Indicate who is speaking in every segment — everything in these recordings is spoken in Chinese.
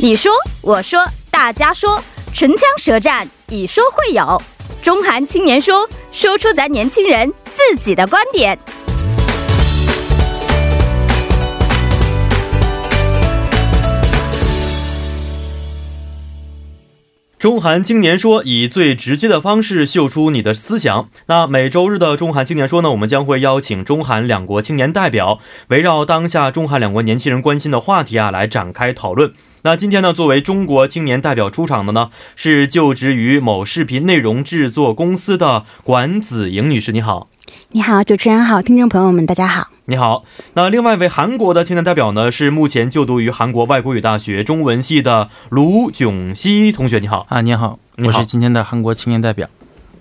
Speaker 1: 你说，我说，大家说，唇枪舌战，以说会友。中韩青年说，说出咱年轻人自己的观点。
Speaker 2: 中韩青年说以最直接的方式秀出你的思想。那每周日的中韩青年说呢，我们将会邀请中韩两国青年代表，围绕当下中韩两国年轻人关心的话题啊来展开讨论。那今天呢，作为中国青年代表出场的呢，是就职于某视频内容制作公司的管子莹女士，你好。
Speaker 3: 你好，主持人好，听众朋友们，大家好。
Speaker 2: 你好，那另外一位韩国的青年代表呢，是目前就读于韩国外国语大学中文系的卢炯熙同学，你好。
Speaker 4: 啊，你好，
Speaker 2: 你
Speaker 4: 我
Speaker 2: 好
Speaker 4: 是今天的韩国青年代表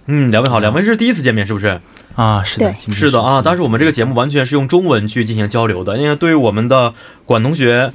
Speaker 2: 嗯，两位好，两位是第一次见面是不是？
Speaker 4: 啊，是的
Speaker 3: 对，
Speaker 4: 今天
Speaker 2: 是的啊，当时我们这个节目完全是用中文去进行交流的，因为对于我们的管同学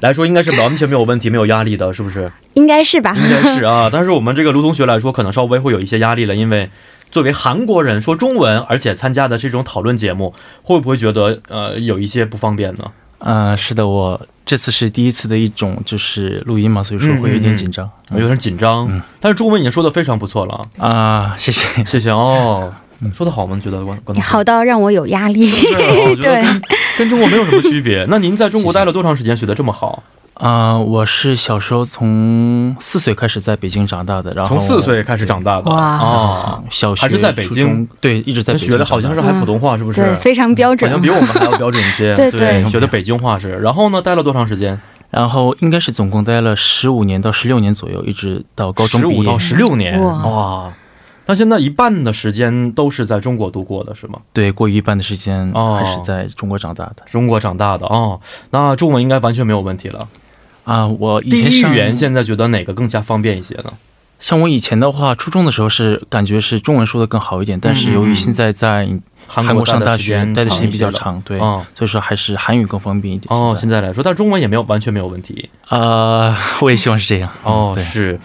Speaker 2: 来说，应该是完全没有问题、没有压力的，是不是？
Speaker 3: 应该是吧？
Speaker 2: 应该是啊，但是我们这个卢同学来说，可能稍微会有一些压力了，因为作为韩国人说中文，而且参加的是一种讨论节目，会不会觉得呃有一些不方便呢？
Speaker 4: 呃，是的，我这次是第一次的一种就是录音嘛，所以说会有一点紧张
Speaker 2: 有点紧张，但是中文已经说的非常不错了，
Speaker 4: 啊，谢谢。
Speaker 2: 嗯谢谢哦。说的好吗？你觉得管管同
Speaker 3: 你
Speaker 2: 学
Speaker 3: 好到让我有压力。
Speaker 2: 是啊我觉得跟跟中国没有什么区 别。那您在中国待了多长时间，学的这么好？
Speaker 4: 啊、我是小时候从四岁开始在北京长大的，然后
Speaker 2: 从四岁开始长大的
Speaker 3: 哇
Speaker 2: 啊
Speaker 4: 啊，，小学
Speaker 2: 还是在北京
Speaker 4: 初中，对，一直
Speaker 2: 咱
Speaker 4: 在北京
Speaker 2: 学的好像是
Speaker 4: 长
Speaker 2: 还普通话，是 不是？
Speaker 3: 对，非常标
Speaker 2: 好像
Speaker 3: 准
Speaker 2: 比。我们还要标准一 些。
Speaker 3: 对对
Speaker 2: 学的北京话是。然后呢，待了多长时间？
Speaker 4: 大，然后应该是总共待了十五年到十六年左右，一直到高中
Speaker 2: 十
Speaker 4: 毕
Speaker 2: 五
Speaker 4: 业。
Speaker 2: 到十六年，
Speaker 3: 哇
Speaker 2: 哇！那现在一半的时间都是在中国度过的，是吗？
Speaker 4: 对，过一半的时间
Speaker 2: 哦
Speaker 4: 还是在中国长大的
Speaker 2: 中国长大的哦，那中文应该完全没有问题了。
Speaker 4: 啊。我以
Speaker 2: 第
Speaker 4: 前
Speaker 2: 一
Speaker 4: 上
Speaker 2: 语言现在觉得哪个更加方便一些呢？
Speaker 4: 像我以前的话，初中的时候是感觉是中文说的更好一点，但是由于现在在韩国上
Speaker 2: 待
Speaker 4: 大
Speaker 2: 的时
Speaker 4: 学
Speaker 2: 间
Speaker 4: 待的时间比较
Speaker 2: 一些了。
Speaker 4: 长，对，
Speaker 2: 哦
Speaker 4: 所以说还是韩语更方便一点。
Speaker 2: 哦，现
Speaker 4: 现
Speaker 2: 在来说，但中文也没有完全没有问题。
Speaker 4: 在呃，我也希望是这样。 嗯
Speaker 2: 哦，
Speaker 4: 对
Speaker 2: 是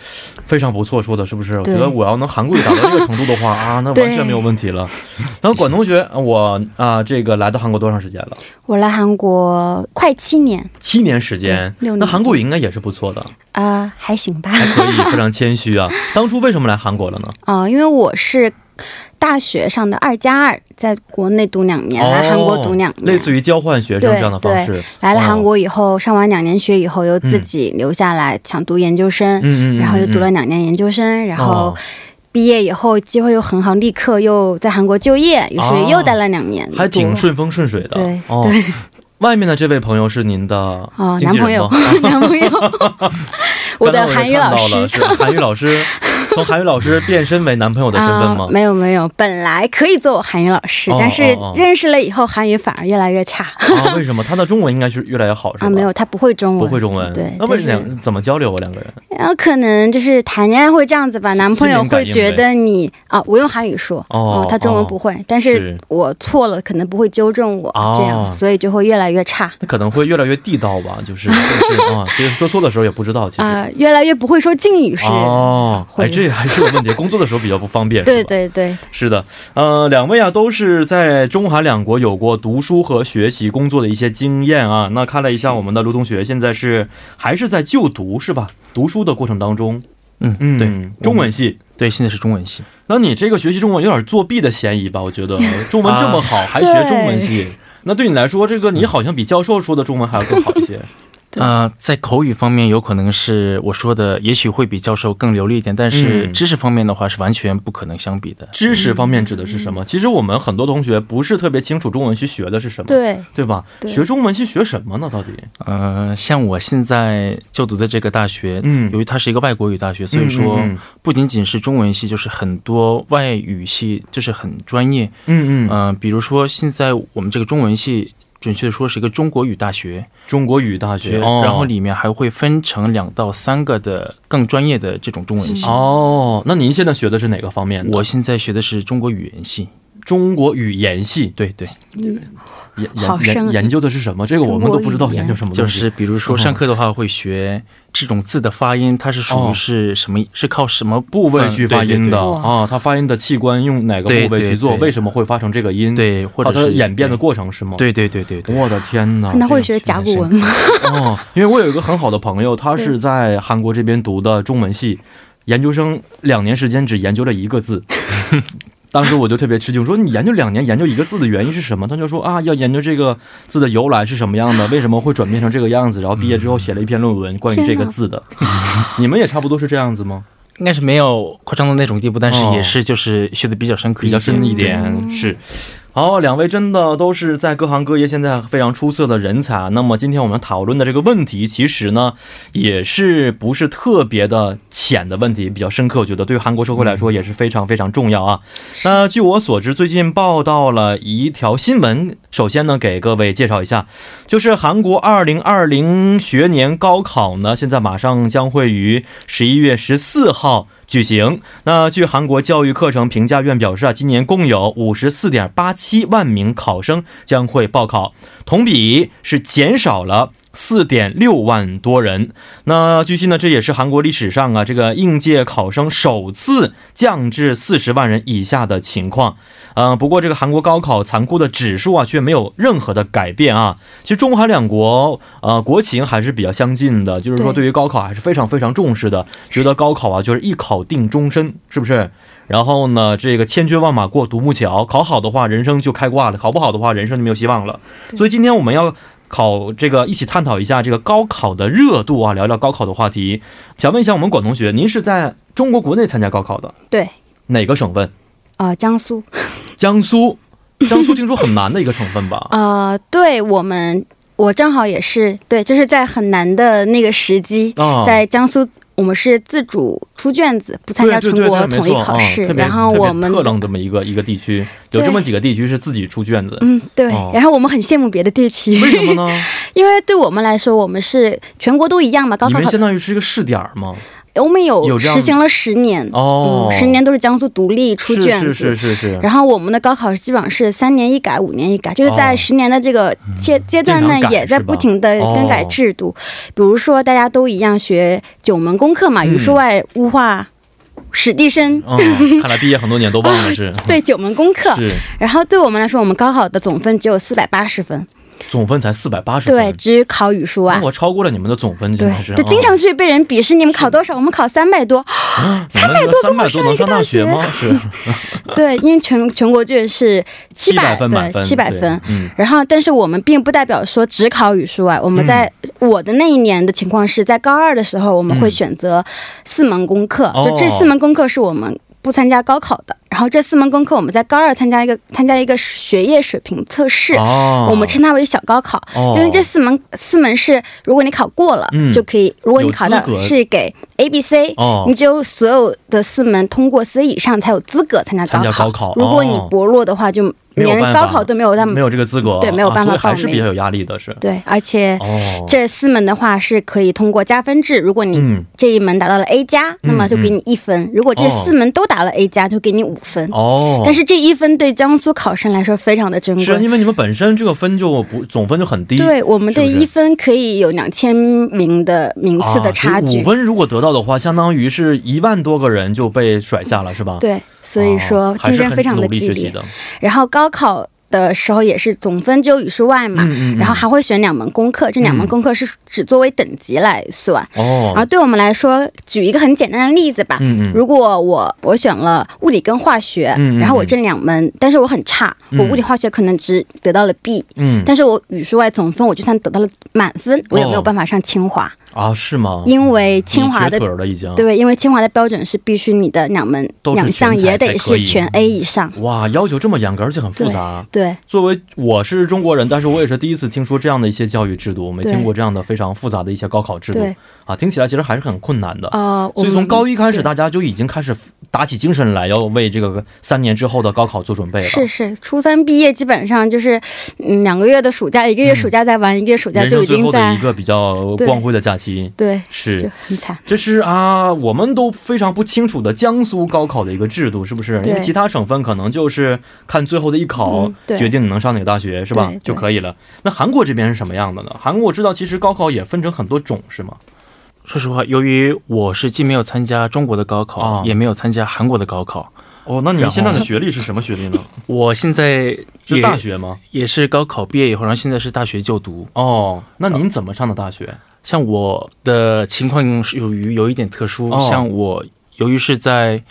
Speaker 2: 非常不错，说的是不是？我觉
Speaker 3: 嗯对
Speaker 2: 得我要能韩国语达到这个程度的话 啊，那完全没有问题了。然后管同学，我啊、这个来到韩国多长时间了？
Speaker 3: 我来韩国快七年
Speaker 2: 七年时间，
Speaker 3: 对六年
Speaker 2: 那韩国语应该也是不错的，
Speaker 3: 啊、还行吧。
Speaker 2: 还可以，非常谦虚啊。当初为什么来韩国了呢？
Speaker 3: 哦、因为我是大学上的二加二，在国内读两年， 来韩国读两
Speaker 2: 哦
Speaker 3: 年
Speaker 2: 类。似于交换学生这样的方式。哦
Speaker 3: 来了韩国以后，上完两年学以后，又自己留下来、想读研究生，
Speaker 2: 嗯嗯嗯，哦
Speaker 3: 然后又读了两年研究生，然后毕业以后机会又很好，立刻又在韩国就业，于
Speaker 2: 哦
Speaker 3: 是又待了两年，
Speaker 2: 还挺
Speaker 3: 读
Speaker 2: 顺风顺水的。
Speaker 3: 对
Speaker 2: 哦，外面的这位朋友是您的
Speaker 3: 哦，
Speaker 2: 经
Speaker 3: 男
Speaker 2: 纪人吗
Speaker 3: 朋友， 男 朋友，我的韩语老
Speaker 2: 刚才我也看到了
Speaker 3: 师
Speaker 2: 是韩语老 师，从韩语老师变身为男朋友的身份吗？
Speaker 3: 啊没有没有，本来可以做我韩语老师，
Speaker 2: 哦
Speaker 3: 但是
Speaker 2: 哦哦
Speaker 3: 认识了以后，韩语反而越来越差
Speaker 2: 啊，为什么他的中文应该是越来越好是吧？
Speaker 3: 啊，没有，他不会中文，
Speaker 2: 不会中文，
Speaker 3: 对，
Speaker 2: 那为什
Speaker 3: 但
Speaker 2: 么怎么交流啊？两个人
Speaker 3: 是然后可能就是谈恋爱会这样子吧，
Speaker 2: 心
Speaker 3: 男朋友会觉得你啊，我用韩语说，
Speaker 2: 哦
Speaker 3: 他中文
Speaker 2: 哦
Speaker 3: 不会，但是
Speaker 2: 是
Speaker 3: 我错了，可能不会纠正我，
Speaker 2: 哦
Speaker 3: 这样，所以就会越来越差。
Speaker 2: 那可能会越来越地道吧，就是就是 啊，所以说错的时候也不知道，其实。
Speaker 3: 啊、越来越不会说敬语是，
Speaker 2: 哦，哎，
Speaker 3: 会
Speaker 2: 这还是个问题。工作的时候比较不方 便，
Speaker 3: 对
Speaker 2: 是吧？
Speaker 3: 对对，
Speaker 2: 是的，呃，两位啊都是在中韩两国有过读书和学习、工作的一些经验啊。那看了一下我们的卢同学，现在是还是在就读是吧？读书的过程当中，
Speaker 4: 嗯，
Speaker 2: 嗯，
Speaker 4: 对，
Speaker 2: 中文系。
Speaker 4: 对，现在是中文系。
Speaker 2: 那你这个学习中文有点作弊的嫌疑吧？我 觉得中文这么好，还学中文系，那啊对你来说，这个你好像比教授说的中文还要更好一些。
Speaker 4: 啊、在口语方面有可能是我说的，也许会比教授更流利一点，但是
Speaker 2: 嗯
Speaker 4: 知识方面的话是完全不可能相比的。
Speaker 2: 知识方面指的是什么？其实我们很多同学不是特别清楚中文系学的是什么，
Speaker 3: 对，
Speaker 2: 对吧？
Speaker 3: 对
Speaker 2: 学中文系学什么呢？到底？
Speaker 4: 呃，像我现在就读的这个大学，
Speaker 2: 嗯
Speaker 4: 由于它是一个外国语大学，所以说
Speaker 2: 嗯
Speaker 4: 不仅仅是中文系，就是很多外语系，就是很专业。
Speaker 2: 嗯嗯嗯，
Speaker 4: 嗯、比如说现在我们这个中文系，准确的说是一个中国语大学，
Speaker 2: 中国语大学，哦
Speaker 4: 然后里面还会分成两到三个的更专业的这种中文系。
Speaker 2: 哦，那您现在学的是哪个方面的？
Speaker 4: 我现在学的是中国语言系，
Speaker 2: 中国语言系，
Speaker 4: 对对，
Speaker 2: 研
Speaker 3: 好
Speaker 2: 研研
Speaker 3: 深啊
Speaker 2: 研究的是什么？这个我们都不知道研究什么
Speaker 4: 就
Speaker 2: 东西。嗯
Speaker 4: 是比如说上课的话会学这种字的发音，它是属于是什么，是靠什么
Speaker 2: 哦部位去发音的
Speaker 3: 对对对
Speaker 2: 啊，它发音的器官用哪个
Speaker 4: 对
Speaker 2: 部位去
Speaker 4: 对
Speaker 2: 做，
Speaker 4: 对
Speaker 2: 为什么会发成这个音？，
Speaker 4: 对，或
Speaker 2: 它
Speaker 4: 者
Speaker 2: 的
Speaker 4: 是
Speaker 2: 演变的，过程是吗？。
Speaker 4: 对对对对对，
Speaker 2: 我的天呐！
Speaker 3: 那会
Speaker 2: 这
Speaker 3: 学
Speaker 2: 个
Speaker 3: 甲骨文
Speaker 2: 挺
Speaker 3: 吗？
Speaker 2: 深哦，因为我有一个很好的朋友，他是
Speaker 3: 对
Speaker 2: 在韩国这边读的中文系，研究生两年时间只研究了一个字。 当时我就特别吃惊，说你研究两年研究一个字的原因是什么？他就说啊，要研究这个字的由来是什么样 的，为什么会转变成这个样子，然后毕业之后写了一篇
Speaker 3: 嗯
Speaker 2: 论文关于这个字的。你们也差不多是这样子吗？
Speaker 4: 应该是没有夸张到那种地步，但是也是就是学的比较深刻，
Speaker 2: 哦比较深一点
Speaker 3: 嗯
Speaker 2: 是。好，两位真的都是在各行各业现在非常出色的人才啊。那么今天我们讨论的这个问题，其实呢也是不是特别的浅的问题，比较深刻，我觉得对于韩国社会来说也是非常非常重要啊。那据我所知，最近报道了一条新闻，首先呢给各位介绍一下，就是韩国二零二零学年高考呢，现在马上将会于十一月十四号举行。那据韩国教育课程评价院表示啊，今年共有五十四点八七万名考生将会报考，同比是减少了。四点六万多人，那据悉呢，这也是韩国历史上啊这个应届考生首次降至四十万人以下的情况。嗯，不过这个韩国高考残酷的指数啊，却没有任何的改变啊。其实中韩两国呃国情还是比较相近的，就是说
Speaker 3: 对
Speaker 2: 对于高考还是非常非常重视的，觉得高考啊就是一考定终身，是不是？然后呢，这个千军万马过独木桥，考好的话人生就开挂了，考不好的话人生就没有希望了。所以今天我们要。考这个一起探讨一下这个高考的热度啊，聊聊高考的话题。想问一下我们管同学，您是在中国国内参加高考的，
Speaker 3: 对，
Speaker 2: 哪个省份？
Speaker 3: 呃，江苏，
Speaker 2: 江苏，江苏听说很难的一个省份 吧？
Speaker 3: 呃，对我们，我正好也是对，就是在很难的那个时机，
Speaker 2: 啊，
Speaker 3: 在江苏，我们是自主出卷子，不参加
Speaker 2: 对
Speaker 3: 全
Speaker 2: 对对
Speaker 3: 国
Speaker 2: 对
Speaker 3: 统
Speaker 2: 没
Speaker 3: 一
Speaker 2: 错
Speaker 3: 考试。
Speaker 2: 啊、特别
Speaker 3: 然后
Speaker 2: 特别
Speaker 3: 我们，
Speaker 2: 特冷这么一个一个地区，有这么几个地区是自己出卷子，
Speaker 3: 嗯，对、
Speaker 2: 哦
Speaker 3: 然后我们很羡慕别的地区，
Speaker 2: 为什么呢？
Speaker 3: 因为对我们来说，我们是全国都一样嘛，高
Speaker 2: 你
Speaker 3: 考
Speaker 2: 们
Speaker 3: 考
Speaker 2: 相当于是一个试点儿嘛？
Speaker 3: 我们
Speaker 2: 有
Speaker 3: 有
Speaker 2: 这样
Speaker 3: 实行了十年，
Speaker 2: 哦，
Speaker 3: 嗯，十年都是江苏独立出卷子。
Speaker 2: 是是是是是，
Speaker 3: 然后我们的高考基本上是三年一改，五年一改，就是在
Speaker 2: 哦
Speaker 3: 十年的这个阶阶段
Speaker 2: 经常
Speaker 3: 呢
Speaker 2: 改，
Speaker 3: 也在
Speaker 2: 是吧哦
Speaker 3: 不停的更改制度。比如说，大家都一样学九门功课嘛，
Speaker 2: 嗯
Speaker 3: 语数外、物化、史地生，
Speaker 2: 嗯，看来毕业很多年都忘了是。
Speaker 3: 对九门功 课。
Speaker 2: 是
Speaker 3: 然后对我们来说，我们高考的总分只有四百八十分，
Speaker 2: 总分才四百八十
Speaker 3: 对，
Speaker 2: 分，
Speaker 3: 只考语数外
Speaker 2: 那。我超过了你们的总分，简
Speaker 3: 对
Speaker 2: 直是。，
Speaker 3: 就经常去被人鄙视，你们考多
Speaker 2: 嗯
Speaker 3: 少？我们考三百多。
Speaker 2: 三百多，三百多能上大学 吗？是
Speaker 3: 对，因为全全国卷是七
Speaker 2: 百
Speaker 3: 百
Speaker 2: 分满分，
Speaker 3: 七百
Speaker 2: 对
Speaker 3: 分。，
Speaker 2: 嗯，
Speaker 3: 然后，但是我们并不代表说只考语数外。啊我们在、我的那一年的情况是在高二的时候，我们会选择四门功课，
Speaker 2: 哦
Speaker 3: 就这四门功课是我们不参加高考的。然后这四门功课我们在高二参加一个参加一个学业水平测试，
Speaker 2: 哦，
Speaker 3: 我们称它为小高考，
Speaker 2: 哦，
Speaker 3: 因为这四门四门是如果你考过了、
Speaker 2: 嗯
Speaker 3: 就可以，如果你考到
Speaker 2: 有资格
Speaker 3: 是给 A、B、C，
Speaker 2: 哦
Speaker 3: 你只有所有的四门通过 C 以上才有资格参加
Speaker 2: 参加高
Speaker 3: 高
Speaker 2: 考哦
Speaker 3: 如果你薄弱的话，就
Speaker 2: 没有
Speaker 3: 连
Speaker 2: 办法
Speaker 3: 高考都没有他们
Speaker 2: 没有这个资格，
Speaker 3: 对没有办法
Speaker 2: 啊所以还
Speaker 3: 报
Speaker 2: 是
Speaker 3: 名
Speaker 2: 比较有压力的，是
Speaker 3: 对，而且
Speaker 2: 哦，
Speaker 3: 这四门的话是可以通过加分制，如果你
Speaker 2: 嗯。
Speaker 3: 这一门达到了 A 加、那么就给你一分；如果这
Speaker 2: 哦
Speaker 3: 四门都达了 A 加，就给你五分。
Speaker 2: 哦，
Speaker 3: 但是这一分对江苏考生来说非常的珍
Speaker 2: 是啊
Speaker 3: 贵。
Speaker 2: 因为你们本身这个分就不总分就很低，
Speaker 3: 对我们
Speaker 2: 是不
Speaker 3: 对
Speaker 2: 是
Speaker 3: 一分可以有两千名的名次的差距，
Speaker 2: 啊五、5分如果得到的话，相当于是一万多个人就被甩下了，是吧？，
Speaker 3: 对，所以说
Speaker 2: 啊哦、还
Speaker 3: 竞
Speaker 2: 是
Speaker 3: 争
Speaker 2: 很
Speaker 3: 非常
Speaker 2: 努
Speaker 3: 的
Speaker 2: 力
Speaker 3: 激
Speaker 2: 学习
Speaker 3: 烈。
Speaker 2: 的，
Speaker 3: 然后高考的时候也是总分只有语数外嘛，
Speaker 2: 嗯嗯嗯
Speaker 3: 然后还会选两门功课，这两门
Speaker 2: 嗯
Speaker 3: 功课是只作为等级来算。然后
Speaker 2: 哦，
Speaker 3: 对我们来说，举一个很简单的例子吧，
Speaker 2: 嗯嗯，
Speaker 3: 如果我我选了物理跟化学，
Speaker 2: 嗯嗯
Speaker 3: 然后我这两门，但是我很差，
Speaker 2: 嗯
Speaker 3: 我物理化学可能只得到了 B，、
Speaker 2: 嗯
Speaker 3: 但是我语数外总分我就算得到了满分，我也没有办法上清华，
Speaker 2: 啊，是吗？
Speaker 3: 因为清华
Speaker 2: 哦你瘸
Speaker 3: 的
Speaker 2: 腿儿了已经，，
Speaker 3: 对，因为清华的标准是必须你的两门
Speaker 2: 啊都是
Speaker 3: 两项
Speaker 2: 全才
Speaker 3: 也得
Speaker 2: 才可
Speaker 3: 是
Speaker 2: 以
Speaker 3: 全 A 以上，
Speaker 2: 哇，要求这么严格，而且很复杂，
Speaker 3: 对对，
Speaker 2: 作为我是中国人，但是我也是第一次听说这样的一些教育制度，我没
Speaker 3: 对
Speaker 2: 听过这样的非常复杂的一些高考制度
Speaker 3: 对
Speaker 2: 啊，听起来其实还是很困难的。
Speaker 3: 呃，我
Speaker 2: 所以
Speaker 3: 们
Speaker 2: 从高一开始，
Speaker 3: 对
Speaker 2: 大家就已经开始打起精神来，要为这个三年之后的高考做准备了。
Speaker 3: 是是，初三毕业基本上就是，嗯，两个月的暑假，一个月暑假在玩，一个月暑假
Speaker 2: 嗯人
Speaker 3: 就
Speaker 2: 生
Speaker 3: 已
Speaker 2: 最
Speaker 3: 经
Speaker 2: 后的
Speaker 3: 在
Speaker 2: 一个比较光辉的假期，
Speaker 3: 对，就
Speaker 2: 是
Speaker 3: 很惨。
Speaker 2: 这是啊，我们都非常不清楚的江苏高考的一个制度，是不是？
Speaker 3: 对
Speaker 2: 因为其他省份可能就是看最后的一考、
Speaker 3: 嗯对
Speaker 2: 决定你能上哪个大学，是吧
Speaker 3: 对对
Speaker 2: 就可以了。那韩国这边是什么样的呢？韩国我知道，其实高考也分成很多种，是吗？
Speaker 4: 说实话，由于我是既没有参加中国的高考，
Speaker 2: 啊
Speaker 4: 也没有参加韩国的高考，
Speaker 2: 哦，那你
Speaker 4: 然后
Speaker 2: 现在的学历是什么学历呢？
Speaker 4: 我现在
Speaker 2: 是
Speaker 4: 也
Speaker 2: 大学吗？
Speaker 4: 也是高考毕业以后，然后现在是大学就读。
Speaker 2: 哦，那您怎么上的大学？
Speaker 4: 像我的情况属于有一点特殊，
Speaker 2: 哦
Speaker 4: 像我由于是在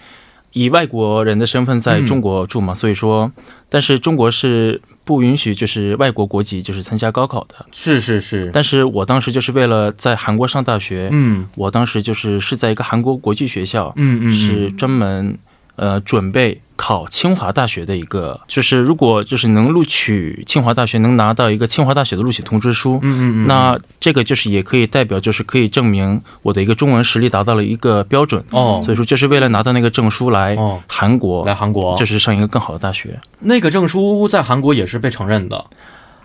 Speaker 4: 以外国人的身份在
Speaker 2: 嗯
Speaker 4: 中国住嘛，所以说，但是中国是不允许就是外国国籍就是参加高考的。
Speaker 2: 是是是，
Speaker 4: 但是我当时就是为了在韩国上大学，
Speaker 2: 嗯
Speaker 4: 我当时就是是在一个韩国国际学校，
Speaker 2: 嗯嗯，
Speaker 4: 是专门呃准备考清华大学的一个，就是如果就是能录取清华大学，能拿到一个清华大学的录取通知书，
Speaker 2: 嗯嗯嗯，
Speaker 4: 那这个就是也可以代表，就是可以证明我的一个中文实力达到了一个标准，
Speaker 2: 哦
Speaker 4: 所以说就是为了拿到那个证书来
Speaker 2: 哦，
Speaker 4: 韩国，
Speaker 2: 来韩国，
Speaker 4: 就是上一个更好的大学
Speaker 2: 那个证书在韩国也是被承认的。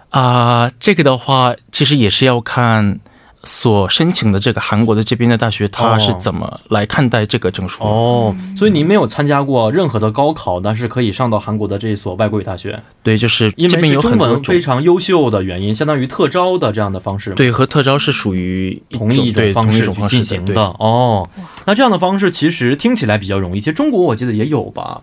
Speaker 4: 啊、这个的话，其实也是要看。所申请的这个韩国的这边的大学，它是
Speaker 2: 哦
Speaker 4: 怎么来看待这个证书？
Speaker 2: 哦，所以您没有参加过任何的高考，但是可以上到韩国的这一所外国语大学，
Speaker 4: 对，就是
Speaker 2: 因
Speaker 4: 这
Speaker 2: 为
Speaker 4: 边
Speaker 2: 是
Speaker 4: 有
Speaker 2: 中
Speaker 4: 很多
Speaker 2: 文
Speaker 4: 种
Speaker 2: 非，常优秀的原因，相当于特招的这样的方式，，
Speaker 4: 对，和特招是属于
Speaker 2: 同一种
Speaker 4: 对
Speaker 2: 方
Speaker 4: 同一
Speaker 2: 式
Speaker 4: 种
Speaker 2: 去
Speaker 4: 方式
Speaker 2: 进行
Speaker 4: 对
Speaker 2: 的。哦，那这样的方式其实听起来比较容易，其实中国我记得也有吧。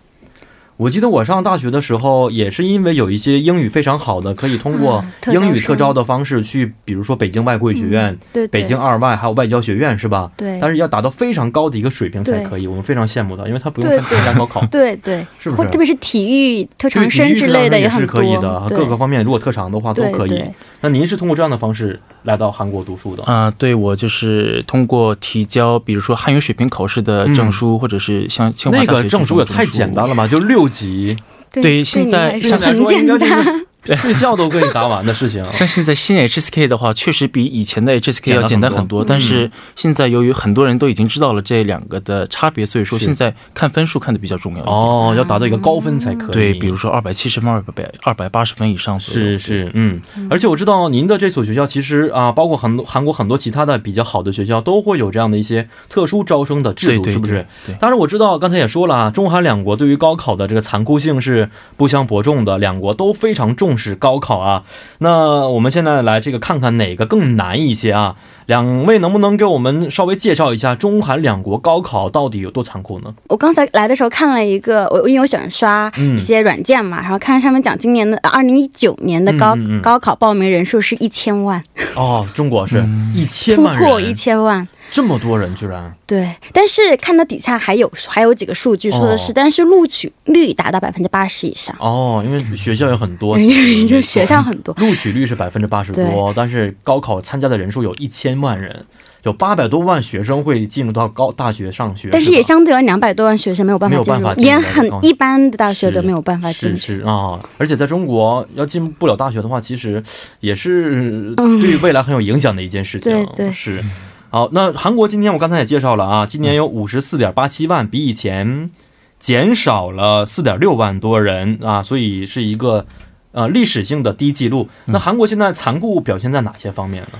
Speaker 2: 我记得我上大学的时候，也是因为有一些英语非常好的，可以通过
Speaker 3: 嗯特招
Speaker 2: 英语
Speaker 3: 生
Speaker 2: 特招的方式去，比如说北京外国语学院、
Speaker 3: 对，对
Speaker 2: 北京二外还有外交学院，是吧？
Speaker 3: 对
Speaker 2: 但是要达到非常高的一个水平才可以，我们非常羡慕他，因为他不用
Speaker 3: 对
Speaker 2: 参加 高考。
Speaker 3: 对对，
Speaker 2: 是不
Speaker 3: 或
Speaker 2: 是
Speaker 3: 特别是体育特
Speaker 2: 这个
Speaker 3: 长
Speaker 2: 体育
Speaker 3: 生之类的
Speaker 2: 也
Speaker 3: 很
Speaker 2: 是
Speaker 3: 多，
Speaker 2: 可以的，
Speaker 3: 对
Speaker 2: 各个方面如果特长的话都
Speaker 3: 对
Speaker 2: 可以
Speaker 3: 对。
Speaker 2: 那您是通过这样的方式来到韩国读书的？
Speaker 4: 啊、对我就是通过提交，比如说汉语水平考试的证书，或者是像清
Speaker 2: 嗯
Speaker 4: 华
Speaker 2: 那
Speaker 4: 大学
Speaker 2: 个
Speaker 4: 这
Speaker 2: 证
Speaker 4: 种
Speaker 2: 书也太简单
Speaker 4: 了。
Speaker 2: 了吧，就六级，
Speaker 3: 对
Speaker 4: 对现在
Speaker 3: 你来
Speaker 2: 现
Speaker 3: 说
Speaker 4: 现
Speaker 2: 在
Speaker 3: 很
Speaker 2: 说应
Speaker 3: 简
Speaker 2: 该就
Speaker 3: 单，
Speaker 2: 是睡觉都可以答完的事 情。
Speaker 4: 像现在新 HSK 的话，确实比以前的 HSK 要简单很多，
Speaker 2: 嗯
Speaker 4: 但是现在由于很多人都已经知道了这两个的差别，所以说
Speaker 2: 是
Speaker 4: 现在看分数看得比较重要一点。
Speaker 2: 哦，要达到一个高分才可以。
Speaker 4: 对，比如说二百七十分、二百二百八十分以上左右。
Speaker 2: 是是，嗯，而且我知道您的这所学校其实啊，包括很多韩国很多其他的比较好的学校都会有这样的一些特殊招生的制
Speaker 4: 对
Speaker 2: 度，
Speaker 4: 对
Speaker 2: 是不是？
Speaker 4: 对对
Speaker 2: 当然，我知道刚才也说了啊，中韩两国对于高考的这个残酷性是不相伯仲的，两国都非常重视高考啊。那我们现在来这个看看哪个更难一些啊？两位能不能给我们稍微介绍一下中韩两国高考到底有多残酷呢？
Speaker 3: 我刚才来的时候看了一个，我因为我喜欢刷
Speaker 2: 嗯
Speaker 3: 一些软件嘛，然后看上面讲今年的呃二零一九年的高、
Speaker 2: 嗯嗯嗯
Speaker 3: 高考报名人数是一千万，
Speaker 2: 哦，中国是一千
Speaker 3: 突
Speaker 2: 万
Speaker 3: 破一
Speaker 2: 人，
Speaker 3: 千万。
Speaker 2: 这么多人居然
Speaker 3: 对，但是看到底下还有还有几个数据说的是，
Speaker 2: 哦
Speaker 3: 但是录取率达到百分之八十以上，
Speaker 2: 哦，因为学校有很多，其实
Speaker 3: 就是学校很多。
Speaker 2: 录取率是百分之八十多，但是高考参加的人数有一千万人，有八百多万学生会进入到高大学上学，
Speaker 3: 但是也
Speaker 2: 吧
Speaker 3: 相对有两百多万学生没有办
Speaker 2: 没
Speaker 3: 法
Speaker 2: 有
Speaker 3: 进
Speaker 2: 办
Speaker 3: 入
Speaker 2: 法，进入
Speaker 3: 连
Speaker 2: 到
Speaker 3: 很
Speaker 2: 高
Speaker 3: 一般的大学都
Speaker 2: 是
Speaker 3: 没有办法进
Speaker 2: 是
Speaker 3: 去。
Speaker 2: 是啊、而且在中国要进不了大学的话，其实也是对于未来很有影响的一件事情，
Speaker 3: 嗯对对
Speaker 2: 是。好，那韩国今天我刚才也介绍了啊，今年
Speaker 3: 嗯
Speaker 2: 有五十四点八七万，比以前减少了四点六万多人啊，所以是一个呃历史性的低记录。那韩国现在残酷表现在哪些方面呢？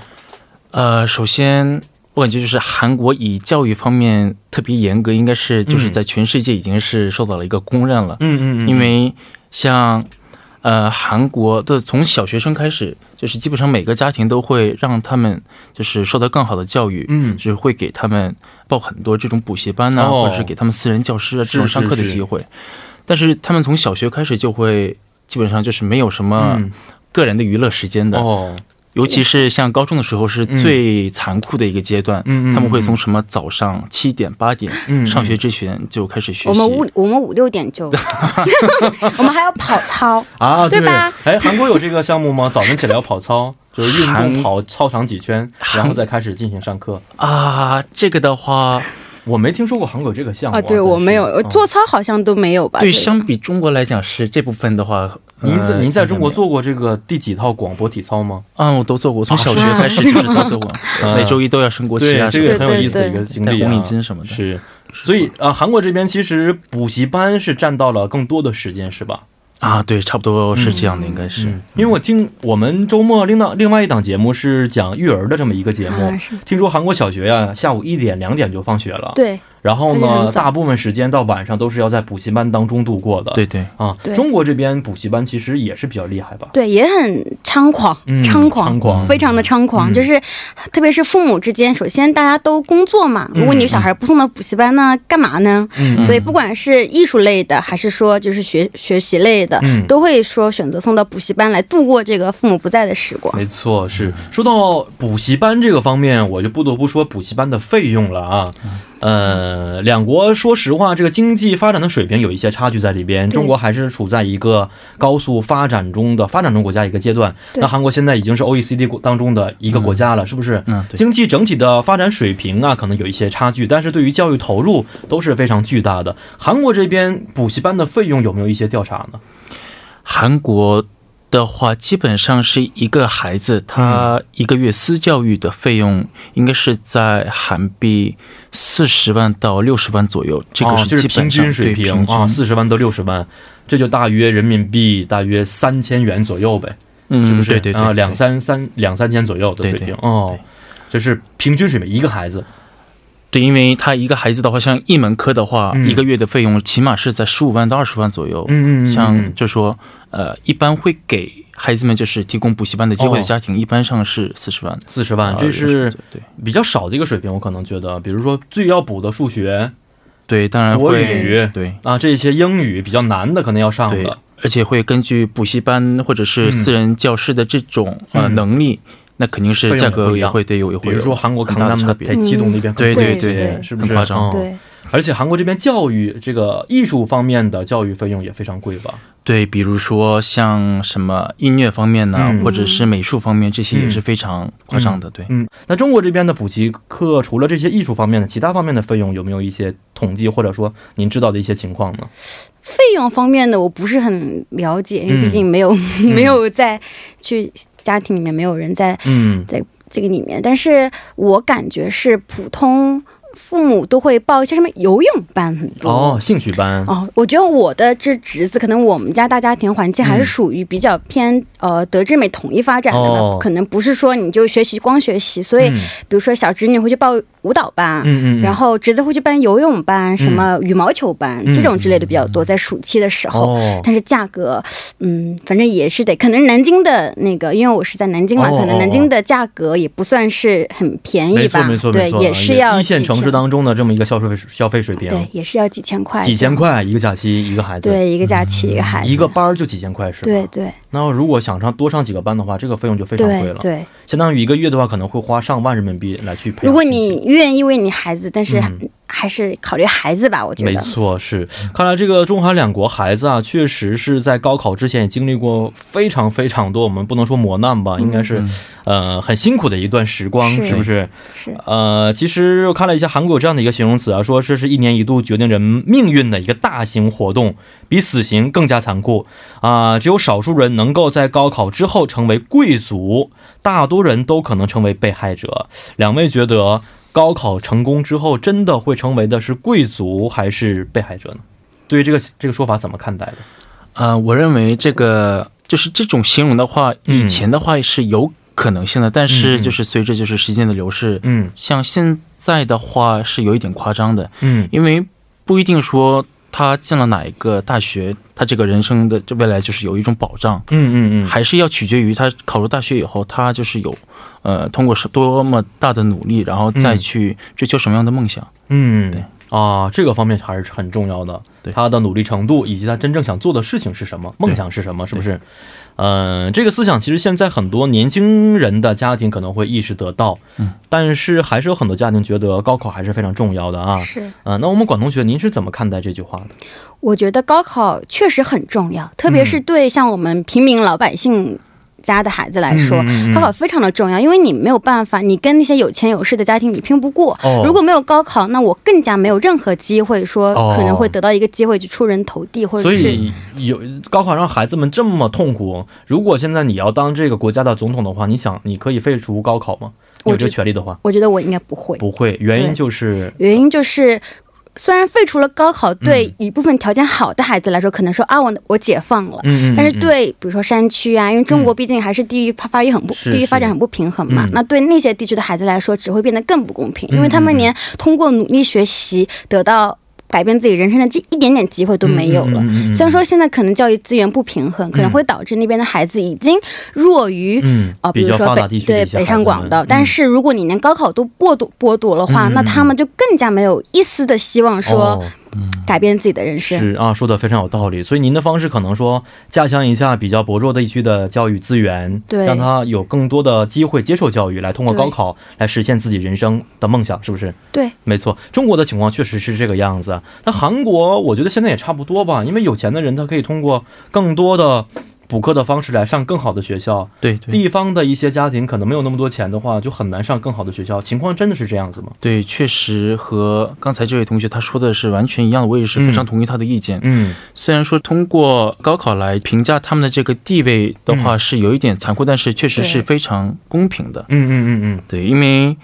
Speaker 4: 呃，首先我感觉就是韩国以教育方面特别严格，应该是就是
Speaker 2: 嗯
Speaker 4: 在全世界已经是受到了一个公认了。
Speaker 2: 嗯嗯，
Speaker 4: 因为像呃韩国的从小学生开始，就是基本上每个家庭都会让他们就是受到更好的教育，
Speaker 2: 嗯
Speaker 4: 就是会给他们报很多这种补习班呐、啊
Speaker 2: 哦
Speaker 4: 或者是给他们私人教师啊
Speaker 2: 是
Speaker 4: 这种上课的
Speaker 2: 是是
Speaker 4: 机会。但是他们从小学开始就会基本上就是没有什么
Speaker 2: 嗯
Speaker 4: 个人的娱乐时间的，
Speaker 2: 哦，
Speaker 4: 尤其是像高中的时候是
Speaker 2: 嗯
Speaker 4: 最残酷的一个阶段。
Speaker 2: 嗯嗯
Speaker 4: 他们会
Speaker 2: 嗯
Speaker 4: 从什么早上七点八点
Speaker 2: 嗯
Speaker 4: 上学之前就开始学习，
Speaker 3: 我们五我们五六点 就，我们还要跑操。
Speaker 2: 啊，
Speaker 3: 对吧
Speaker 2: 哎，韩国有这个项目吗？早晨起来要跑 操，就是运动
Speaker 4: 韩
Speaker 2: 跑操场几圈，
Speaker 4: 韩
Speaker 2: 然后再开始进行上课。
Speaker 4: 啊，这个的话，
Speaker 2: 我没听说过韩国有这个项目啊
Speaker 3: 啊啊，对我没有，我
Speaker 2: 哦但是
Speaker 3: 做操好像都没有吧？
Speaker 4: 对，
Speaker 3: 这个
Speaker 4: 相比中国来讲是这部分的话，
Speaker 2: 您在
Speaker 4: 呃
Speaker 2: 您在
Speaker 4: 应该
Speaker 2: 中国
Speaker 4: 没有
Speaker 2: 做过这个第几套广播体操吗？
Speaker 4: 啊，我都做过，我从
Speaker 2: 啊
Speaker 4: 小
Speaker 2: 是
Speaker 4: 学
Speaker 2: 吗
Speaker 4: 开始就是都 做过，每周一都要升国旗啊，
Speaker 2: 这个也很有意思的
Speaker 3: 对对
Speaker 2: 一个经
Speaker 4: 带
Speaker 2: 历啊，
Speaker 4: 红领巾什么的。
Speaker 2: 是。所以呃，韩国这边其实补习班是占到了更多的时间，是吧？
Speaker 4: 啊，对，差不多是
Speaker 2: 嗯
Speaker 4: 这样的，应该是。
Speaker 2: 因为我听我们周末另当另外一档节目是讲育儿的这么一个节目
Speaker 3: 啊，是
Speaker 2: 听说韩国小学呀、下午一点两点就放学了，
Speaker 3: 对，
Speaker 2: 然后
Speaker 3: 而且
Speaker 2: 呢，
Speaker 3: 很早
Speaker 2: 大部分时间到晚上都是要在补习班当中度过的。
Speaker 4: 对对，
Speaker 2: 啊
Speaker 3: 对，
Speaker 2: 中国这边补习班其实也是比较厉害吧？
Speaker 3: 对，也很猖狂，
Speaker 2: 嗯
Speaker 3: 猖狂，
Speaker 2: 猖狂
Speaker 3: 非常的猖狂。
Speaker 2: 嗯
Speaker 3: 就是，特别是父母之间，首先大家都工作嘛，
Speaker 2: 嗯
Speaker 3: 如果你小孩不送到补习班呢，干嘛呢？
Speaker 2: 嗯
Speaker 3: 所以不管是艺术类的，还是说就是学学习类的，
Speaker 2: 嗯
Speaker 3: 都会说选择送到补习班来度过这个父母不在的时光。
Speaker 2: 没错，是说到补习班这个方面，我就不得不说补习班的费用了啊。呃，两国说实话，这个经济发展的水平有一些差距在里边。
Speaker 3: 对
Speaker 2: 中国还是处在一个高速发展中的发展中国家一个阶段，
Speaker 3: 对
Speaker 2: 那韩国现在已经是 OECD 国当中的一个国家了，是不是？
Speaker 4: 嗯对
Speaker 2: 经济整体的发展水平啊，可能有一些差距，但是对于教育投入都是非常巨大的。韩国这边补习班的费用有没有一些调查呢？
Speaker 4: 韩国的话，基本上是一个孩子他
Speaker 2: 嗯
Speaker 4: 一个月私教育的费用，应该是在韩币四十万到六十万左右，这个
Speaker 2: 哦就是
Speaker 4: 基
Speaker 2: 平
Speaker 4: 本上、
Speaker 2: 均水
Speaker 4: 对
Speaker 2: 平
Speaker 4: 平均
Speaker 2: 啊，四十万到六十万，这就大约人民币大约三千元左右呗，
Speaker 4: 嗯，
Speaker 2: 是不是？
Speaker 4: 对对对，
Speaker 2: 啊，
Speaker 4: 对
Speaker 2: 两三三两三千左右的水平
Speaker 4: 对对
Speaker 2: 哦
Speaker 4: 对，
Speaker 2: 这是平均水平，一个孩子
Speaker 4: 对，因为他一个孩子的话，像一门课的话，
Speaker 2: 嗯
Speaker 4: 一个月的费用起码是在十五万到二十万左右。
Speaker 2: 嗯嗯嗯嗯
Speaker 4: 像就说呃，一般会给孩子们就是提供补习班的
Speaker 2: 哦
Speaker 4: 机会的家庭，一般上是四十万。
Speaker 2: 四十万，
Speaker 4: 啊
Speaker 2: 这是
Speaker 4: 60对
Speaker 2: 比较少的一个水平，我可能觉得，比如说最要补的数学
Speaker 4: 对，当然
Speaker 2: 国
Speaker 4: 会
Speaker 2: 语
Speaker 4: 对
Speaker 2: 啊，这些英语比较难的可能要上
Speaker 4: 对
Speaker 2: 的，，
Speaker 4: 而且会根据补习班或者是私人教师的这种、呃
Speaker 2: 嗯
Speaker 4: 能力，那肯定
Speaker 2: 费
Speaker 4: 是
Speaker 2: 用也
Speaker 4: 价
Speaker 2: 不
Speaker 4: 格
Speaker 2: 一
Speaker 4: 也
Speaker 2: 样
Speaker 4: 会得有一会
Speaker 2: 比
Speaker 4: 有
Speaker 2: 如说韩国
Speaker 4: 很
Speaker 2: 康他
Speaker 4: 大的
Speaker 2: 们
Speaker 4: 差
Speaker 2: 的
Speaker 4: 别。嗯
Speaker 2: 北七东那边
Speaker 4: 对
Speaker 2: 很贵
Speaker 4: 对对，
Speaker 2: 是不是
Speaker 4: 很夸
Speaker 2: 嗯
Speaker 4: 张？
Speaker 3: 对，
Speaker 2: 而且韩国这边教育这个艺术方面的教育费用也非常贵吧？
Speaker 4: 对，比如说像什么音乐方面呢、
Speaker 2: 嗯
Speaker 4: 或者是美术方面，这些也是非常夸张的。对，
Speaker 2: 嗯，那中国这边的补习课，除了这些艺术方面的，其他方面的费用有没有一些统计，或者说您知道的一些情况呢？
Speaker 3: 费用方面的我不是很了解，
Speaker 2: 嗯
Speaker 3: 因为毕竟没有、没有在去家庭里面没有人在
Speaker 2: 嗯
Speaker 3: 这个里面，但是我感觉是普通父母都会报一些什么游泳班很多。
Speaker 2: 哦，兴趣班，
Speaker 3: 哦我觉得我的这侄子，可能我们家大家庭环境
Speaker 2: 嗯
Speaker 3: 还是属于比较偏、呃德智美统一发展的吧、
Speaker 2: 哦
Speaker 3: 可能不是说你就学习光学习，所以、
Speaker 2: 嗯
Speaker 3: 比如说小侄女会去报舞蹈班，
Speaker 2: 嗯嗯，
Speaker 3: 然后侄子会去办游泳班、什么羽毛球班、
Speaker 2: 嗯
Speaker 3: 这种之类的比较多，在暑期的时候。
Speaker 2: 哦，
Speaker 3: 但是价格，嗯，反正也是得，可能南京的那个，因为我是在南京嘛，
Speaker 2: 哦
Speaker 3: 可能南京的价格也不算是很便宜
Speaker 2: 没错
Speaker 3: 吧，
Speaker 2: 没错没
Speaker 3: 对，
Speaker 2: 错，呃
Speaker 3: 也是要
Speaker 2: 一线
Speaker 3: 几
Speaker 2: 城
Speaker 3: 千
Speaker 2: 市当中的这么一个消费消费水
Speaker 3: 对
Speaker 2: 平，，
Speaker 3: 也是要几千块，
Speaker 2: 几千，块一个假期一个孩子，
Speaker 3: 对，一个假期一个孩子，
Speaker 2: 一个班儿就几千块是吧？
Speaker 3: 对，对
Speaker 2: 那如果想上多上几个班的话，这个费用就非常贵
Speaker 3: 对
Speaker 2: 了，
Speaker 3: 对。
Speaker 2: 相当于一个月的话，可能会花上万人民币来去培养
Speaker 3: 如果
Speaker 2: 兴趣
Speaker 3: 你愿意为你孩子，但是
Speaker 2: 嗯
Speaker 3: 还是考虑孩子吧，我觉
Speaker 2: 没
Speaker 3: 得。
Speaker 2: 错，是看来这个中韩两国孩子啊，确实是在高考之前也经历过非常非常多，我们不能说磨难吧，应该
Speaker 3: 嗯
Speaker 2: 是、呃很辛苦的一段时光，
Speaker 3: 是
Speaker 2: 是不是？
Speaker 3: 是
Speaker 2: 呃，其实我看了一下韩国有这样的一个形容词啊，说这是一年一度决定人命运的一个大型活动，比死刑更加残酷啊、只有少数人能够在高考之后成为贵族，大多人都可能成为被害者。两位觉得高考成功之后，真的会成为的是贵族还是被害者呢？对于这个这个说法怎么看待的？
Speaker 4: 呃，我认为这个就是这种形容的话，
Speaker 2: 嗯
Speaker 4: 以前的话是有可能性的，但
Speaker 2: 嗯嗯
Speaker 4: 是就是随着就是时间的流逝，
Speaker 2: 嗯
Speaker 4: 像现在的话是有一点夸张的，
Speaker 2: 嗯
Speaker 4: 因为不一定说他进了哪一个大学，他这个人生的这未来就是有一种保障，
Speaker 2: 嗯嗯嗯，
Speaker 4: 还是要取决于他考入大学以后，他就是有呃通过是多么大的努力，然后再
Speaker 2: 嗯
Speaker 4: 去追求什么样的梦想。
Speaker 2: 嗯
Speaker 4: 对
Speaker 2: 啊，这个方面还是很重要的
Speaker 4: 对。
Speaker 2: 他的努力程度以及他真正想做的事情是什么，梦想是什么，是不是？嗯、这个思想其实现在很多年轻人的家庭可能会意识得到，
Speaker 4: 嗯、
Speaker 2: 但是还是有很多家庭觉得高考还是非常重要的啊。
Speaker 3: 是，
Speaker 2: 呃，那我们管同学，您是怎么看待这句话的？
Speaker 5: 嗯
Speaker 3: 我觉得高考确实很重要，特别是对像我们平民老百姓家的孩子来说，
Speaker 5: 嗯嗯嗯
Speaker 3: 高考非常的重要，因为你没有办法，你跟那些有钱有势的家庭你拼不过。
Speaker 5: 哦
Speaker 3: 如果没有高考，那我更加没有任何机会说
Speaker 5: 哦
Speaker 3: 可能会得到一个机会去出人头地，或者
Speaker 2: 所
Speaker 3: 是
Speaker 2: 以有高考让孩子们这么痛苦。如果现在你要当这个国家的总统的话，你想你可以废除高考吗？
Speaker 3: 我
Speaker 2: 有这个
Speaker 3: 觉得
Speaker 2: 权利的话，
Speaker 3: 我觉得我应该不会。
Speaker 2: 不会。原因
Speaker 3: 对
Speaker 2: 就是
Speaker 3: 原因就是，虽然废除了高考，
Speaker 5: 嗯
Speaker 3: 对一部分条件好的孩子来说，可能说啊，我我解放了。
Speaker 2: 嗯嗯嗯嗯
Speaker 3: 但是对，比如说山区啊，因为中国毕竟还是地域发发育很不，
Speaker 2: 是
Speaker 3: 地域发
Speaker 2: 是
Speaker 3: 展很不平衡嘛
Speaker 2: 嗯。
Speaker 3: 那对那些地区的孩子来说，只会变得更不公平，因为他
Speaker 2: 嗯
Speaker 3: 们连通过努力学习得到改变自己人生的这一点点机会都没有了。
Speaker 2: 嗯嗯嗯嗯嗯
Speaker 3: 虽然说现在可能教育资源不平衡，可能会导致那边的孩子已经弱于
Speaker 2: 嗯
Speaker 3: 啊，比
Speaker 2: 比
Speaker 3: 如
Speaker 2: 较
Speaker 3: 说
Speaker 2: 发
Speaker 3: 北
Speaker 2: 达地区的
Speaker 3: 对
Speaker 2: 一些
Speaker 3: 北
Speaker 2: 孩
Speaker 3: 上
Speaker 2: 子
Speaker 3: 广
Speaker 2: 们
Speaker 3: 的，但
Speaker 2: 嗯
Speaker 3: 是如果你连高考都剥夺剥夺的话，
Speaker 2: 嗯嗯
Speaker 3: 那他们就更加没有一丝的希望说
Speaker 2: 哦
Speaker 3: 改变自己的人生。
Speaker 2: 是啊，说的非常有道理。所以您的方式可能说加强一下比较薄弱地区的教育资源，
Speaker 3: 对
Speaker 2: 让他有更多的机会接受教育，来通过
Speaker 3: 对
Speaker 2: 高考来实现自己人生的梦想，是不是？
Speaker 3: 对，
Speaker 2: 没错，中国的情况确实是这个样子。那韩国，我觉得现在也差不多吧，因为有钱的人他可以通过更多的补课的方式来上更好的学校。
Speaker 4: 对对
Speaker 2: 地方的一些家庭可能没有那么多钱的话，就很难上更好的学校。情况真的是这样子吗？
Speaker 4: 对，确实和刚才这位同学他说的是完全一样的，我也是非常同意他的意见。
Speaker 2: 嗯，
Speaker 4: 虽然说通过高考来评价他们的这个地位的话是有一点残酷，但是确实是
Speaker 3: 对
Speaker 4: 非常公平的。
Speaker 2: 嗯嗯嗯
Speaker 4: 对，因为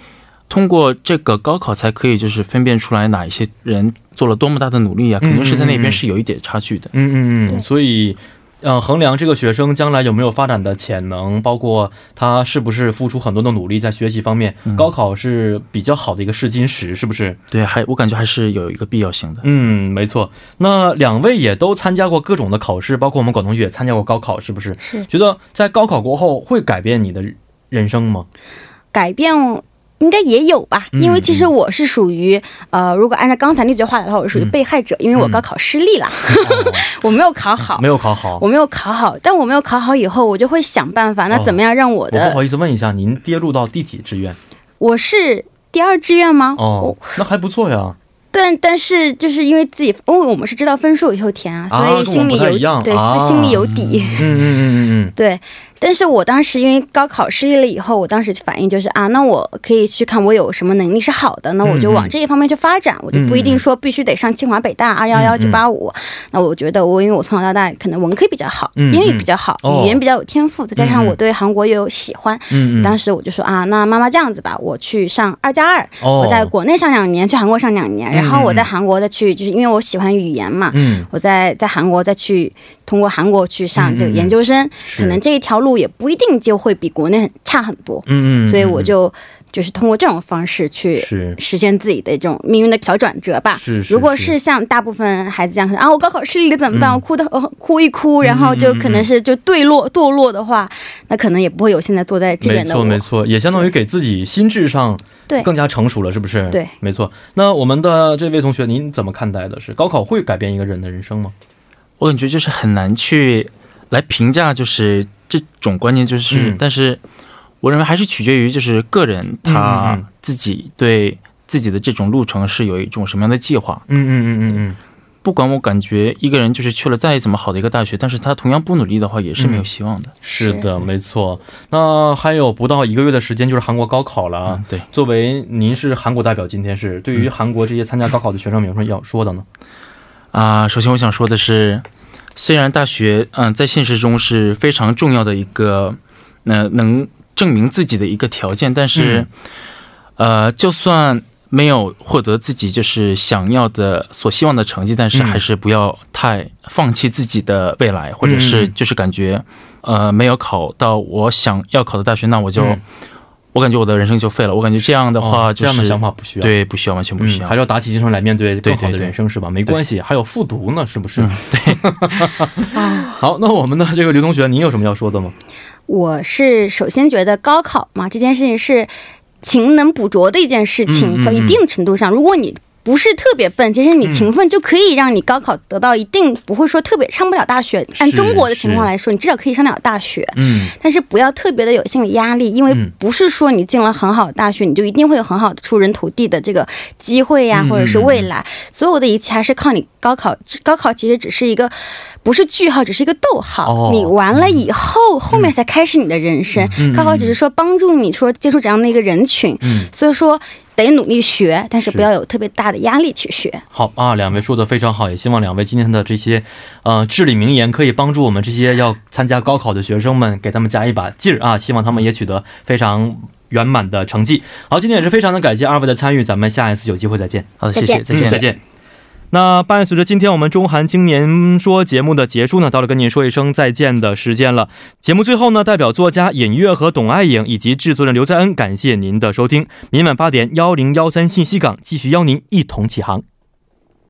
Speaker 4: 通过这个高考才可以就是分辨出来哪一些人做了多么大的努力啊，
Speaker 2: 嗯
Speaker 4: 肯定是在那
Speaker 2: 嗯嗯
Speaker 4: 边是有一点差距的。
Speaker 2: 嗯嗯嗯，
Speaker 3: 对
Speaker 2: 所以。嗯，衡量这个学生将来有没有发展的潜能，包括他是不是付出很多的努力在学习方面，高考是比较好的一个试金石，是不是？
Speaker 4: 对，还我感觉还是有一个必要性的。
Speaker 2: 嗯，没错。那两位也都参加过各种的考试，包括我们广东学也参加过高考，是不是？
Speaker 3: 是
Speaker 2: 觉得在高考过后会改变你的人生吗？
Speaker 3: 改变应该也有吧，
Speaker 2: 嗯嗯
Speaker 3: 因为其实我是属于呃，如果按照刚才那句话来的话，我是属于被害者，因为我高考失利了， 我没有考好
Speaker 2: 哦没。有考好
Speaker 3: 我。没有考好，但我没有考好以后，我就会想办法，那
Speaker 2: 哦
Speaker 3: 怎么样让我
Speaker 2: 我不
Speaker 3: 的、
Speaker 2: 好意思问一下，您跌入到第几志愿？
Speaker 3: 我是第二志愿吗？
Speaker 2: 哦，那还不错呀。
Speaker 3: 但但是就是因为自己，因为我们是知道分数以后填啊，
Speaker 2: 啊
Speaker 3: 所以心里
Speaker 2: 跟我们不太一
Speaker 3: 有、
Speaker 2: 样
Speaker 3: 对、
Speaker 2: 啊
Speaker 3: 心里有底。
Speaker 2: 嗯嗯嗯嗯
Speaker 3: 对，但是我当时因为高考失利了以后，我当时反应就是啊，那我可以去看我有什么能力是好的，那我就
Speaker 2: 嗯
Speaker 3: 往
Speaker 2: 嗯
Speaker 3: 这一方面去发展，我就不一定说必须得上清华、北大二幺幺、
Speaker 2: 嗯
Speaker 3: 九八五。那我觉得我因为我从小到大可能文科比较好，
Speaker 2: 嗯嗯
Speaker 3: 英语比较好，
Speaker 2: 哦
Speaker 3: 语言比较有天赋，再加
Speaker 2: 嗯
Speaker 3: 上
Speaker 2: 嗯
Speaker 3: 我对韩国也有喜欢，
Speaker 2: 嗯嗯嗯。
Speaker 3: 当时我就说啊，那妈妈这样子吧，我去上二加二，
Speaker 2: 哦
Speaker 3: 我在国内上两年，去韩国上两年，然后我在
Speaker 2: 嗯嗯
Speaker 3: 韩国再去，就是因为我喜欢语言嘛，
Speaker 2: 嗯，
Speaker 3: 我在在韩国再去通过韩国去上这
Speaker 2: 嗯
Speaker 3: 个
Speaker 2: 嗯嗯
Speaker 3: 研究生，
Speaker 2: 是
Speaker 3: 可能这一条路也不一定就会比国内很差很多，
Speaker 2: 嗯嗯嗯，
Speaker 3: 所以我就就是通过这种方式去
Speaker 2: 是
Speaker 3: 实现自己的这种命运的小转折吧。
Speaker 2: 是是嗯
Speaker 3: 如果是像大部分孩子这样，可能啊，我高考失利了怎么办？我哭的、呃哭一哭，然后就可能是就坠落堕落的话，那可能也不会有现在坐在这
Speaker 2: 没
Speaker 3: 边的
Speaker 2: 错
Speaker 3: 我。
Speaker 2: 没错，也相当于给自己心智上
Speaker 3: 对
Speaker 2: 更加成熟了，是不是？
Speaker 3: 对，
Speaker 2: 没错。那我们的这位同学，您怎么看待的是？是高考会改变一个人的人生吗？
Speaker 4: 我感觉就是很难去来评价，就是这种观念，就是、
Speaker 2: 嗯
Speaker 4: 但是我认为还是取决于就是个人
Speaker 2: 嗯嗯
Speaker 4: 他
Speaker 2: 嗯
Speaker 4: 自己对自己的这种路程是有一种什么样的计划。
Speaker 2: 嗯嗯嗯嗯嗯，
Speaker 4: 不管我感觉一个人就是去了再怎么好的一个大学，但是他同样不努力的话，也是没
Speaker 2: 嗯
Speaker 4: 有希望的。
Speaker 2: 是的，没错。那还有不到一个月的时间，就是韩国高考了啊。
Speaker 4: 嗯对，
Speaker 2: 作为您是韩国代表，今天是对于韩国这些参加高考的学生们有什么要说的呢？
Speaker 4: 啊、首先我想说的是，虽然大学嗯、在现实中是非常重要的一个，呃，能证明自己的一个条件，但
Speaker 2: 嗯
Speaker 4: 是，呃，就算没有获得自己就是想要的所希望的成绩，但是
Speaker 2: 嗯
Speaker 4: 还是不要太放弃自己的未来，或者是
Speaker 2: 嗯
Speaker 4: 就是感觉，呃，没有考到我想要考的大学，那我就、
Speaker 2: 嗯
Speaker 4: 我感觉我的人生就废了。我感觉这样的话
Speaker 2: 哦
Speaker 4: 就是、
Speaker 2: 这样的想法不需要。。
Speaker 4: 对不需要，完全不需
Speaker 2: 嗯，
Speaker 4: 要。
Speaker 2: 还是要打起精神来面对更好的
Speaker 4: 对对对嗯
Speaker 2: 人生，是吧？没关系，还有复读呢，是不是？对。 好，那我们的这个刘同学，您有什么要说的吗？
Speaker 3: 我是首先觉得高考嘛这件事情是勤能补拙的一件事情，
Speaker 2: 嗯嗯
Speaker 3: 在一定程度上，如果你不是特别笨，其实你勤奋就可以让你高考得到一定，不会说特别上不了大学。按
Speaker 2: 是
Speaker 3: 中国的情况
Speaker 2: 是
Speaker 3: 来说，你至少可以上了大学。
Speaker 2: 嗯，
Speaker 3: 但是不要特别的有心理压力，因为
Speaker 2: 嗯
Speaker 3: 不是说你进了很好的大学，你就一定会有很好的出人头地的这个机会呀、
Speaker 2: 嗯
Speaker 3: 或者是未来。所有的一切还是靠你高考，高考其实只是一个。不是句号，只是一个逗号。
Speaker 2: 哦
Speaker 3: 你完了以后，后面才开始你的人生。
Speaker 2: 嗯嗯
Speaker 3: 高考只是说帮助你说接触怎样的一个人群，
Speaker 2: 嗯
Speaker 3: 所以说得努力学，但是
Speaker 2: 是
Speaker 3: 不要有特别大的压力去学。
Speaker 2: 好啊，两位说的非常好，也希望两位今天的这些，呃，至理名言可以帮助我们这些要参加高考的学生们，给他们加一把劲儿啊！希望他们也取得非常圆满的成绩。好，今天也是非常的感谢二位的参与，咱们下一次有机会再见。
Speaker 4: 好的，谢谢，
Speaker 3: 再
Speaker 4: 再见
Speaker 2: 嗯。再见。那伴随着今天我们中韩青年说节目的结束呢，到了跟您说一声再见的时间了。节目最后呢，代表作家尹月和董爱颖以及制作人刘在恩，感谢您的收听。明晚八点幺零幺三信息港继续邀您一同起航。